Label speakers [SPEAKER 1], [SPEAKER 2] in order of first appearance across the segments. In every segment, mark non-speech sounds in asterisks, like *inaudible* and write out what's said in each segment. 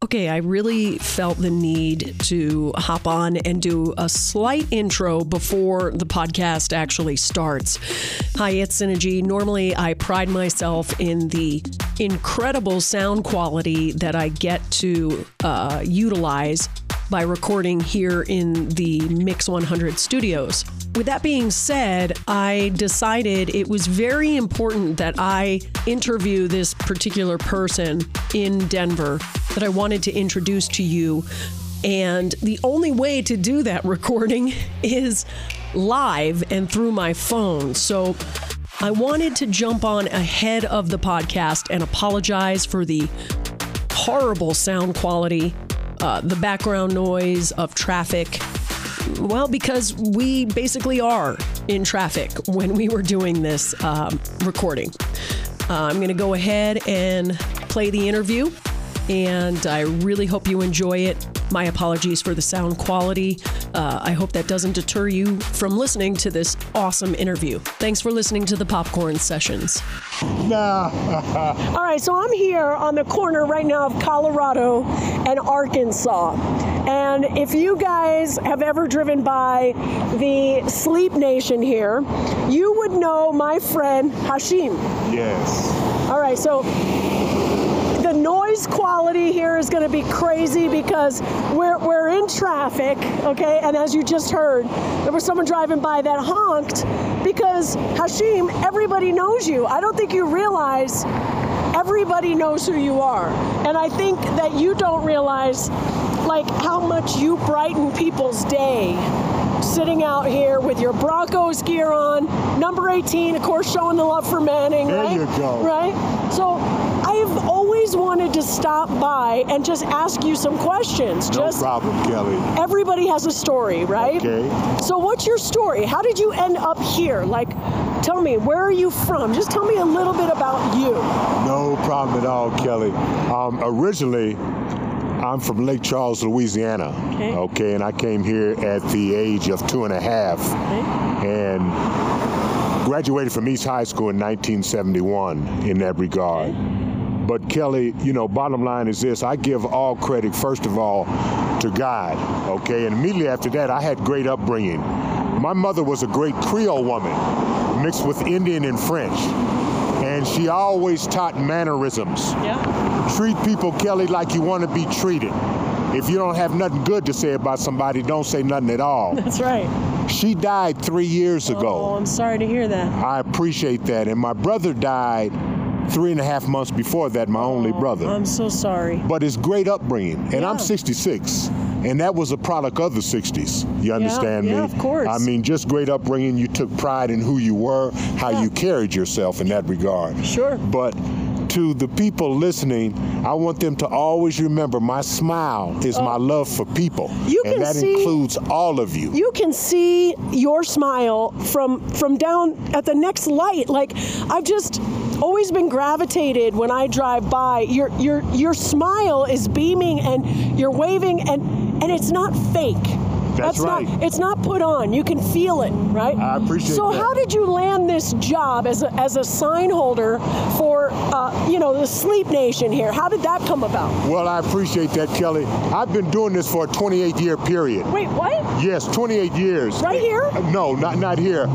[SPEAKER 1] Okay, I really felt the need to hop on and do a slight intro before the podcast actually starts. Hi, it's Synergy. Normally, I pride myself in the incredible sound quality that I get to uh, utilize by recording here in the Mix 100 studios. With that being said, I decided it was very important that I interview this particular person in Denver that I wanted to introduce to you. And the only way to do that recording *laughs* is live and through my phone. So I wanted to jump on ahead of the podcast and apologize for the horrible sound quality uh, the background noise of traffic. Well, because we basically are in traffic when we were doing this um, recording. Uh, I'm going to go ahead and play the interview, and I really hope you enjoy it. My apologies for the sound quality. Uh, I hope that doesn't deter you from listening to this awesome interview. Thanks for listening to the Popcorn Sessions. *laughs*
[SPEAKER 2] No.
[SPEAKER 1] All right, so I'm here on the corner right now of Colorado and Arkansas. And if you guys have ever driven by the Sleep Nation here, you would know my friend Hashim.
[SPEAKER 2] yes.
[SPEAKER 1] All right, so the noise quality here is going to be crazy because we're, we're in traffic, okay? And as you just heard, there was someone driving by that honked because Hashim, everybody knows you. I don't think you realize everybody knows who you are. And I think that you don't realize like how much you brighten people's day sitting out here with your Broncos gear on, number 18, of course, showing the love for Manning,
[SPEAKER 2] There
[SPEAKER 1] right?
[SPEAKER 2] you go.
[SPEAKER 1] Right? So I've always wanted to stop by and just ask you some questions.
[SPEAKER 2] No
[SPEAKER 1] just
[SPEAKER 2] problem, Kelly.
[SPEAKER 1] everybody has a story, right?
[SPEAKER 2] Okay.
[SPEAKER 1] So what's your story? How did you end up here? Like tell me, where are you from? Just tell me a little bit about you.
[SPEAKER 2] No problem at all, Kelly. Um, originally, I'm from Lake Charles, Louisiana.
[SPEAKER 1] Okay.
[SPEAKER 2] Okay, and I came here at the age of two and a half and graduated from East High School in 1971 in that regard. But Kelly, you know, bottom line is this I give all credit, first of all, to God, okay? And immediately after that, I had great upbringing. My mother was a great Creole woman mixed with Indian and French, and she always taught mannerisms.
[SPEAKER 1] Yeah.
[SPEAKER 2] Treat people, Kelly, like you want to be treated. If you don't have nothing good to say about somebody, don't say nothing at all.
[SPEAKER 1] That's right.
[SPEAKER 2] she died three years
[SPEAKER 1] Oh,
[SPEAKER 2] ago.
[SPEAKER 1] I'm sorry to hear that.
[SPEAKER 2] I appreciate that. And my brother died three and a half months before that, my only brother
[SPEAKER 1] I'm so sorry.
[SPEAKER 2] but it's great upbringing. And
[SPEAKER 1] Yeah.
[SPEAKER 2] I'm 66, and that was a product of the 60s. You understand me?
[SPEAKER 1] yeah, of course.
[SPEAKER 2] I mean, just great upbringing. You took pride in who you were, how you carried yourself in that regard.
[SPEAKER 1] Sure.
[SPEAKER 2] But to the people listening, I want them to always remember my smile is my love for people.
[SPEAKER 1] Oh. You
[SPEAKER 2] and
[SPEAKER 1] can
[SPEAKER 2] that
[SPEAKER 1] see-
[SPEAKER 2] includes all of you.
[SPEAKER 1] you can see your smile from from down at the next light like i've just always been gravitated when i drive by your your your smile is beaming and you're waving and and it's not fake
[SPEAKER 2] That's
[SPEAKER 1] not
[SPEAKER 2] right.
[SPEAKER 1] it's not put on you can feel it right
[SPEAKER 2] I appreciate
[SPEAKER 1] so
[SPEAKER 2] that.
[SPEAKER 1] how did you land this job as a, as a sign holder for uh, you know the sleep nation here how did that come about
[SPEAKER 2] Well, I appreciate that, Kelly. I've been doing this for a 28 year period.
[SPEAKER 1] wait what
[SPEAKER 2] Yes, 28 years. Uh,
[SPEAKER 1] Right here?
[SPEAKER 2] No, not not here.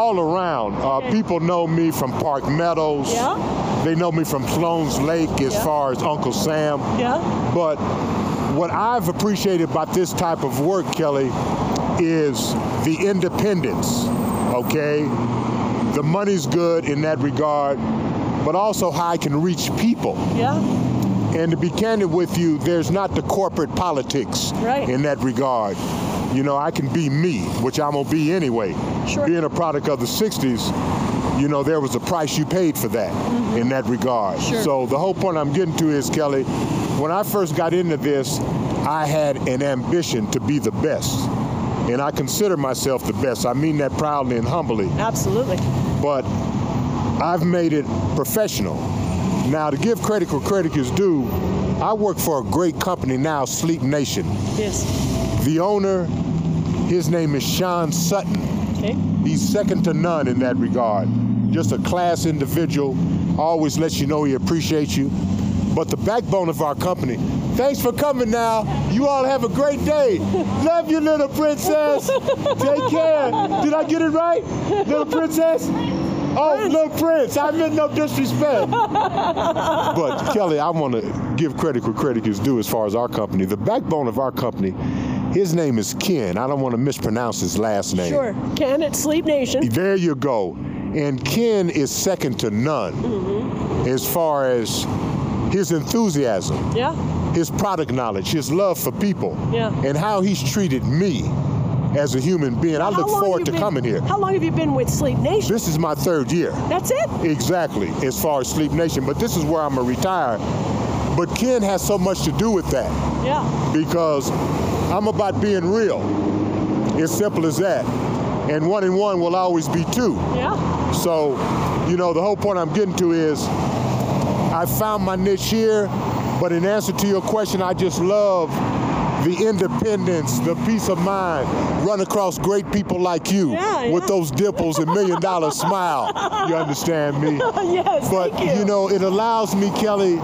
[SPEAKER 2] All around. Uh,
[SPEAKER 1] Okay.
[SPEAKER 2] People know me from Park Meadows.
[SPEAKER 1] Yeah.
[SPEAKER 2] They know me from Sloan's Lake as
[SPEAKER 1] Yeah.
[SPEAKER 2] far as Uncle Sam.
[SPEAKER 1] yeah
[SPEAKER 2] But what I've appreciated about this type of work, Kelly, is the independence, okay? The money's good in that regard, but also how I can reach people.
[SPEAKER 1] yeah
[SPEAKER 2] And to be candid with you, there's not the corporate politics
[SPEAKER 1] Right.
[SPEAKER 2] in that regard. You know, I can be me, which I'm gonna be anyway.
[SPEAKER 1] Sure.
[SPEAKER 2] Being a product of the '60s, you know, there was a price you paid for that in that regard.
[SPEAKER 1] Mm-hmm. Sure.
[SPEAKER 2] So the whole point I'm getting to is, Kelly, when I first got into this, I had an ambition to be the best, and I consider myself the best. I mean that proudly and humbly
[SPEAKER 1] absolutely
[SPEAKER 2] but I've made it professional. Now, to give credit where credit is due, I work for a great company now, Sleep Nation.
[SPEAKER 1] yes
[SPEAKER 2] The owner, his name is Sean Sutton.
[SPEAKER 1] okay
[SPEAKER 2] He's second to none in that regard. Just a class individual, always lets you know he appreciates you. But the backbone of our company, Thanks for coming now. You all have a great day. Love you, little princess. Take care. Did I get it right? Little princess? Oh, little prince. I meant no disrespect. but Kelly, I want to give credit where credit is due as far as our company. The backbone of our company, his name is Ken. I don't want to mispronounce his last name.
[SPEAKER 1] Sure. Ken at Sleep Nation.
[SPEAKER 2] There you go. And Ken is second to none
[SPEAKER 1] Mm-hmm.
[SPEAKER 2] as far as his enthusiasm,
[SPEAKER 1] Yeah.
[SPEAKER 2] his product knowledge, his love for people,
[SPEAKER 1] Yeah.
[SPEAKER 2] and how he's treated me as a human being. I
[SPEAKER 1] How
[SPEAKER 2] look
[SPEAKER 1] long you
[SPEAKER 2] forward to
[SPEAKER 1] been-
[SPEAKER 2] coming here.
[SPEAKER 1] How long have you been with Sleep Nation?
[SPEAKER 2] This is my third year.
[SPEAKER 1] That's it.
[SPEAKER 2] Exactly, as far as Sleep Nation. But this is where I'm gonna retire. But Ken has so much to do with that
[SPEAKER 1] Yeah.
[SPEAKER 2] because I'm about being real. It's simple as that. And one and one will always be two.
[SPEAKER 1] Yeah.
[SPEAKER 2] So, you know, the whole point I'm getting to is I found my niche here, but in answer to your question, I just love the independence, the peace of mind, run across great people like you
[SPEAKER 1] Yeah,
[SPEAKER 2] with
[SPEAKER 1] yeah.
[SPEAKER 2] those dimples and million dollar smile. You
[SPEAKER 1] *laughs*
[SPEAKER 2] understand me?
[SPEAKER 1] yes.
[SPEAKER 2] But
[SPEAKER 1] thank you.
[SPEAKER 2] know, it allows me, Kelly,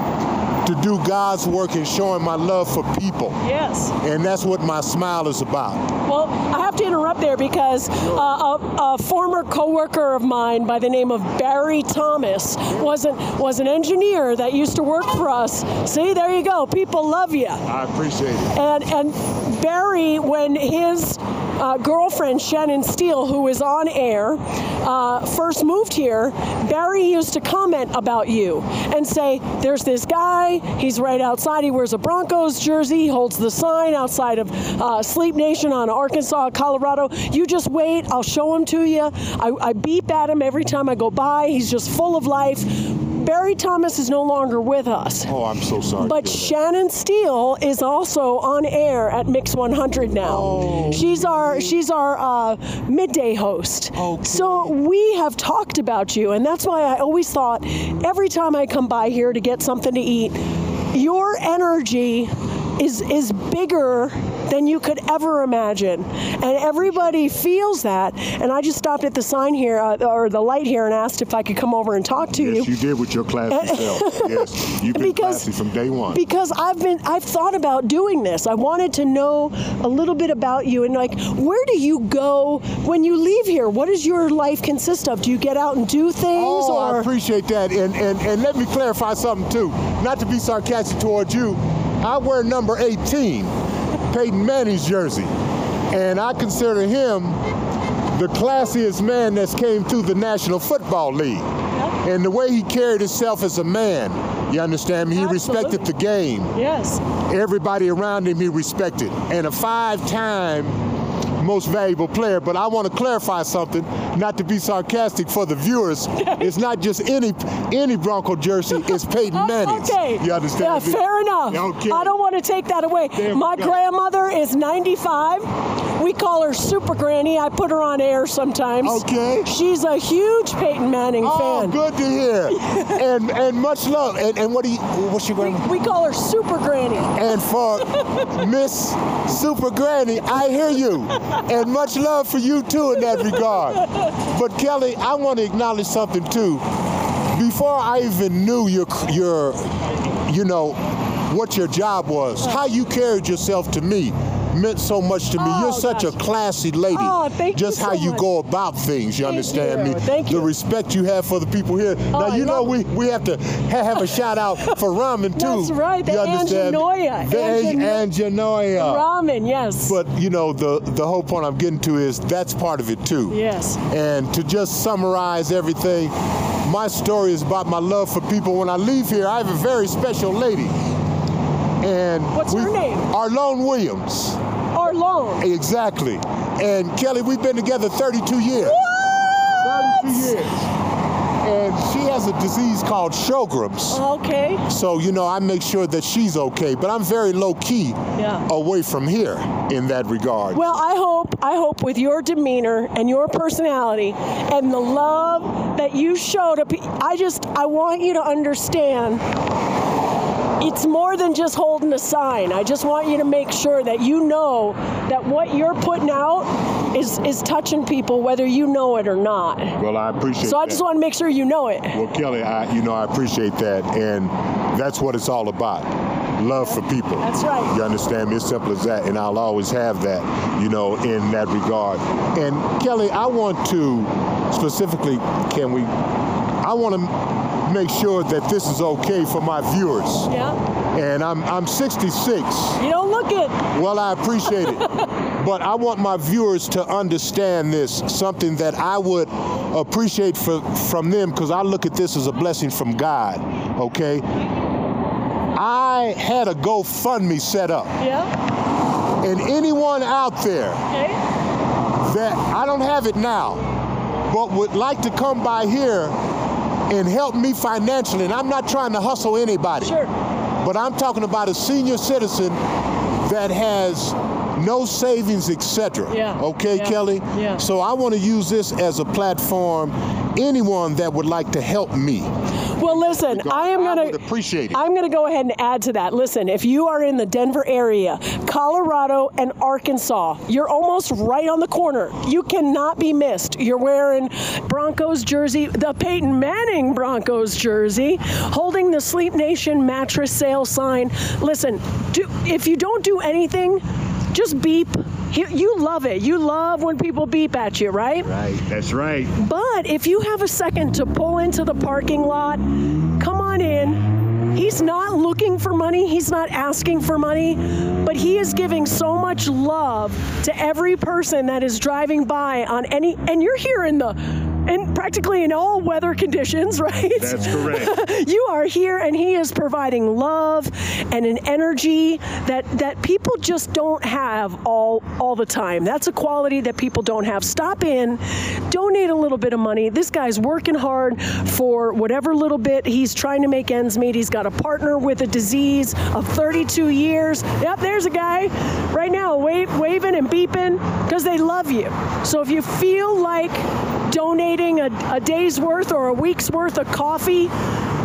[SPEAKER 2] to do God's work in showing my love for people.
[SPEAKER 1] Yes.
[SPEAKER 2] And that's what my smile is about.
[SPEAKER 1] Well, I have to interrupt there because uh, a, a former coworker of mine by the name of Barry Thomas was an was an engineer that used to work for us. See, there you go. People love you.
[SPEAKER 2] I appreciate it.
[SPEAKER 1] And and Barry, when his uh, girlfriend Shannon Steele, who is on air, uh, first moved here, Barry used to comment about you and say, "There's this guy. He's right outside. He wears a Broncos jersey. Holds the sign outside of uh, Sleep Nation on Arkansas, Colorado. You just wait. I'll show him to you. I, I beep at him every time I go by. He's just full of life." Barry Thomas is no longer with us.
[SPEAKER 2] Oh, I'm so sorry.
[SPEAKER 1] But
[SPEAKER 2] to hear that.
[SPEAKER 1] Shannon Steele is also on air at Mix 100 now.
[SPEAKER 2] Oh.
[SPEAKER 1] she's our she's our uh, midday host.
[SPEAKER 2] Okay.
[SPEAKER 1] So we have talked about you, and that's why I always thought every time I come by here to get something to eat, your energy is is bigger than you could ever imagine, and everybody feels that. And I just stopped at the sign here uh, or the light here and asked if I could come over and talk to you.
[SPEAKER 2] Yes, you did with your classy self.
[SPEAKER 1] *laughs*
[SPEAKER 2] Yes, you've been
[SPEAKER 1] Because-
[SPEAKER 2] classy from day one.
[SPEAKER 1] because I've been I've thought about doing this. I wanted to know a little bit about you and like where do you go when you leave here? What does your life consist of? Do you get out and do things
[SPEAKER 2] Oh, I
[SPEAKER 1] or
[SPEAKER 2] appreciate that. And, and and let me clarify something too. Not to be sarcastic towards you, I wear number 18, Peyton Manning's jersey, and I consider him the classiest man that's came through the National Football League. And the way he carried himself as a man, you understand me? He respected
[SPEAKER 1] Absolutely.
[SPEAKER 2] the game
[SPEAKER 1] Yes.
[SPEAKER 2] everybody around him he respected and a five-time most valuable player but i want to clarify something not to be sarcastic for the
[SPEAKER 1] *laughs*
[SPEAKER 2] viewers it's not just any any bronco jersey it's peyton manning's
[SPEAKER 1] Oh, Okay.
[SPEAKER 2] you understand
[SPEAKER 1] Yeah,
[SPEAKER 2] me?
[SPEAKER 1] fair enough.
[SPEAKER 2] okay
[SPEAKER 1] I don't want to take that away.
[SPEAKER 2] There we
[SPEAKER 1] My
[SPEAKER 2] go.
[SPEAKER 1] grandmother is 95. We call her Super Granny. I put her on air sometimes.
[SPEAKER 2] Okay.
[SPEAKER 1] She's a huge Peyton Manning
[SPEAKER 2] oh
[SPEAKER 1] fan.
[SPEAKER 2] good to
[SPEAKER 1] *laughs*
[SPEAKER 2] hear and and much love and and what do you what's your grandma
[SPEAKER 1] We call her Super Granny.
[SPEAKER 2] and for Miss Super Granny, I hear you. And much love for you too in that regard. But Kelly, I want to acknowledge something too. Before I even knew your your you know what your job was, how you carried yourself to me meant so much to me.
[SPEAKER 1] Oh,
[SPEAKER 2] You're such
[SPEAKER 1] gosh.
[SPEAKER 2] a classy lady.
[SPEAKER 1] Oh, thank you
[SPEAKER 2] Just
[SPEAKER 1] so
[SPEAKER 2] how you
[SPEAKER 1] much.
[SPEAKER 2] go about things, you
[SPEAKER 1] Thank
[SPEAKER 2] understand
[SPEAKER 1] you.
[SPEAKER 2] me?
[SPEAKER 1] Thank you.
[SPEAKER 2] The respect you have for the people here. now
[SPEAKER 1] I
[SPEAKER 2] you know
[SPEAKER 1] love
[SPEAKER 2] we, we have to ha- have a shout out for
[SPEAKER 1] *laughs*
[SPEAKER 2] ramen too.
[SPEAKER 1] That's right, the
[SPEAKER 2] you understand me?
[SPEAKER 1] Angenoia.
[SPEAKER 2] The
[SPEAKER 1] Angeno-
[SPEAKER 2] Angenoia.
[SPEAKER 1] Ramen, yes.
[SPEAKER 2] But you know the the whole point I'm getting to is that's part of it too.
[SPEAKER 1] yes.
[SPEAKER 2] And to just summarize everything, my story is about my love for people. When I leave here, I have a very special lady. And
[SPEAKER 1] What's her
[SPEAKER 2] we-
[SPEAKER 1] name?
[SPEAKER 2] Arlone Williams.
[SPEAKER 1] Or long.
[SPEAKER 2] Exactly. And Kelly, we've been together 32 years. What? 32 years. And she has a disease called Sjogren's.
[SPEAKER 1] Okay.
[SPEAKER 2] So, you know, I make sure that she's okay, but I'm very low key
[SPEAKER 1] Yeah.
[SPEAKER 2] away from here in that regard.
[SPEAKER 1] Well, I hope I hope with your demeanor and your personality and the love that you show to pe- I just I want you to understand it's more than just holding a sign. I just want you to make sure that you know that what you're putting out is is touching people whether you know it or not.
[SPEAKER 2] Well, I appreciate
[SPEAKER 1] So I just want to make sure you know it.
[SPEAKER 2] Well, Kelly, I, you know, I appreciate that, and that's what it's all about. love for people.
[SPEAKER 1] That's right.
[SPEAKER 2] You understand me? It's simple as that. And I'll always have that, you know, in that regard. And Kelly, I want to specifically, can we, I want to make sure that this is okay for my viewers.
[SPEAKER 1] Yeah.
[SPEAKER 2] And I'm, I'm 66.
[SPEAKER 1] You don't look it.
[SPEAKER 2] Well, I appreciate it. but I want my viewers to understand this, something that I would appreciate for, from them because I look at this as a blessing from God, okay? I had a GoFundMe set up,
[SPEAKER 1] Yeah.
[SPEAKER 2] and anyone out there
[SPEAKER 1] Okay.
[SPEAKER 2] that I don't have it now, but would like to come by here and help me financially, and I'm not trying to hustle anybody.
[SPEAKER 1] Sure.
[SPEAKER 2] But I'm talking about a senior citizen that has no savings, etc.
[SPEAKER 1] Yeah,
[SPEAKER 2] Okay,
[SPEAKER 1] yeah,
[SPEAKER 2] Kelly?
[SPEAKER 1] yeah.
[SPEAKER 2] So I want to use this as a platform. Anyone that would like to help me,
[SPEAKER 1] Well, listen, I am
[SPEAKER 2] I
[SPEAKER 1] gonna.
[SPEAKER 2] would appreciate it.
[SPEAKER 1] I'm going to go ahead and add to that. Listen, if you are in the Denver area, Colorado, and Arkansas, you're almost right on the corner. You cannot be missed. You're wearing Broncos jersey, the Peyton Manning Broncos jersey, holding the Sleep Nation mattress sale sign. Listen, do, if you don't do anything, just beep. You- You love it. You love when people beep at you, right?
[SPEAKER 2] Right, that's right.
[SPEAKER 1] But if you have a second to pull into the parking lot, come on in. He's not looking for money, he's not asking for money, but he is giving so much love to every person that is driving by on any and you're here in the and practically in all weather conditions, *laughs* right?
[SPEAKER 2] That's
[SPEAKER 1] *laughs*
[SPEAKER 2] correct.
[SPEAKER 1] you are here and he is providing love and an energy that that people just don't have all all the time that's a quality that people don't have stop in donate a little bit of money this guy's working hard for whatever little bit he's trying to make ends meet he's got a partner with a disease of 32 years yep there's a guy right now wave, waving and beeping because they love you so if you feel like donating a, a day's worth or a week's worth of coffee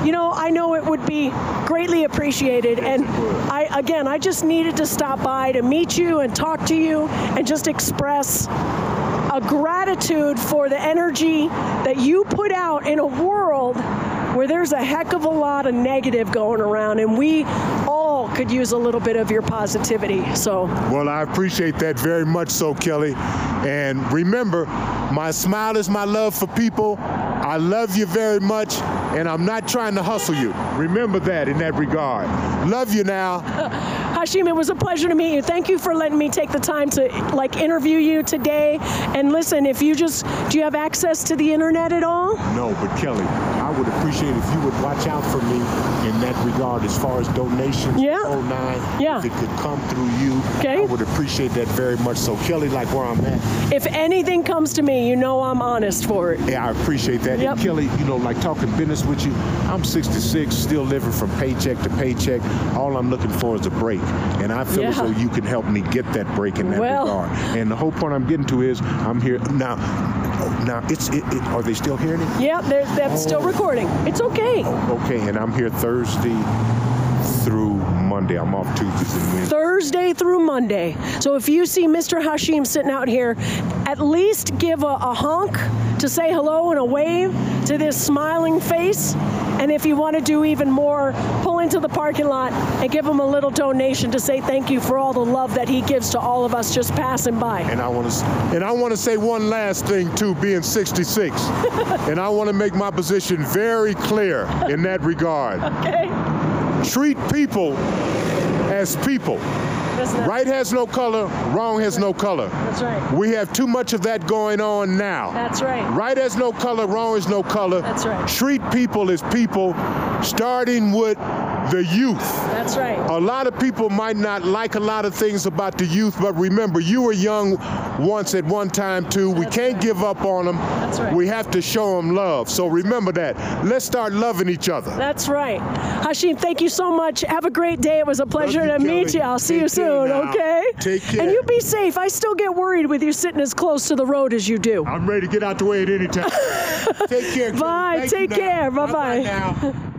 [SPEAKER 1] you know i know it would be greatly appreciated and i again i just needed to stop by to meet you and talk to you and just express a gratitude for the energy that you put out in a world where there's a heck of a lot of negative going around and we all could use a little bit of your positivity so
[SPEAKER 2] Well, I appreciate that very much, so Kelly. And remember, my smile is my love for people. I love you very much, and I'm not trying to hustle you. Remember that in that regard. Love you now.
[SPEAKER 1] Hashim, it was a pleasure to meet you. Thank you for letting me take the time to like interview you today. And listen, if you just do you have access to the internet at all?
[SPEAKER 2] No, but Kelly, I would appreciate if you would watch out for me in that regard as far as donations.
[SPEAKER 1] Yeah.
[SPEAKER 2] Oh nine.
[SPEAKER 1] Yeah.
[SPEAKER 2] If it could come through you,
[SPEAKER 1] Okay.
[SPEAKER 2] I would appreciate that very much. So Kelly, like where I'm at.
[SPEAKER 1] If anything comes to me, you know I'm honest for it.
[SPEAKER 2] Yeah, I appreciate that.
[SPEAKER 1] Yep.
[SPEAKER 2] And Kelly, you know, like talking business with you, I'm 66, still living from paycheck to paycheck. All I'm looking for is a break. And I feel as
[SPEAKER 1] Yeah.
[SPEAKER 2] though you can help me get that break in that
[SPEAKER 1] Well.
[SPEAKER 2] regard. And the whole point I'm getting to is I'm here now. Now, it's it, it, are they still hearing it?
[SPEAKER 1] Yep, there, that's still recording. It's okay.
[SPEAKER 2] Okay, and I'm here Thursday through Monday. I'm off Tuesdays and Wednesdays.
[SPEAKER 1] Thursday through Monday. So if you see Mr. Hashim sitting out here, at least give a, a honk to say hello and a wave to this smiling face. And if you want to do even more, pull into the parking lot and give him a little donation to say thank you for all the love that he gives to all of us just passing by.
[SPEAKER 2] And I want to, and I want to say one last thing too, being
[SPEAKER 1] *laughs*
[SPEAKER 2] 66, and I want to make my position very clear in that regard.
[SPEAKER 1] *laughs* Okay?
[SPEAKER 2] treat people as people.
[SPEAKER 1] Isn't that-
[SPEAKER 2] Right has no color, wrong has no color.
[SPEAKER 1] That's right.
[SPEAKER 2] We have too much of that going on now.
[SPEAKER 1] That's right.
[SPEAKER 2] Right has no color, wrong is no color.
[SPEAKER 1] That's right.
[SPEAKER 2] Treat people as people, starting with the youth.
[SPEAKER 1] That's right.
[SPEAKER 2] A lot of people might not like a lot of things about the youth, but remember, you were young once at one time too. We
[SPEAKER 1] That's
[SPEAKER 2] can't
[SPEAKER 1] right.
[SPEAKER 2] give up on them.
[SPEAKER 1] That's right.
[SPEAKER 2] We have to show them love. So remember that. Let's start loving each other.
[SPEAKER 1] That's right. Hashim, thank you so much. Have a great day. It was a pleasure
[SPEAKER 2] you,
[SPEAKER 1] to meet
[SPEAKER 2] Kelly.
[SPEAKER 1] you. I'll see
[SPEAKER 2] Take
[SPEAKER 1] you
[SPEAKER 2] care
[SPEAKER 1] soon,
[SPEAKER 2] now.
[SPEAKER 1] okay?
[SPEAKER 2] Take care.
[SPEAKER 1] And you be safe. I still get worried with you sitting as close to the road as you do. *laughs*
[SPEAKER 2] I'm ready to get out the way at any time. Take care. Kelly.
[SPEAKER 1] Bye.
[SPEAKER 2] Thank you
[SPEAKER 1] Take
[SPEAKER 2] now.
[SPEAKER 1] care. Bye-bye.
[SPEAKER 2] now.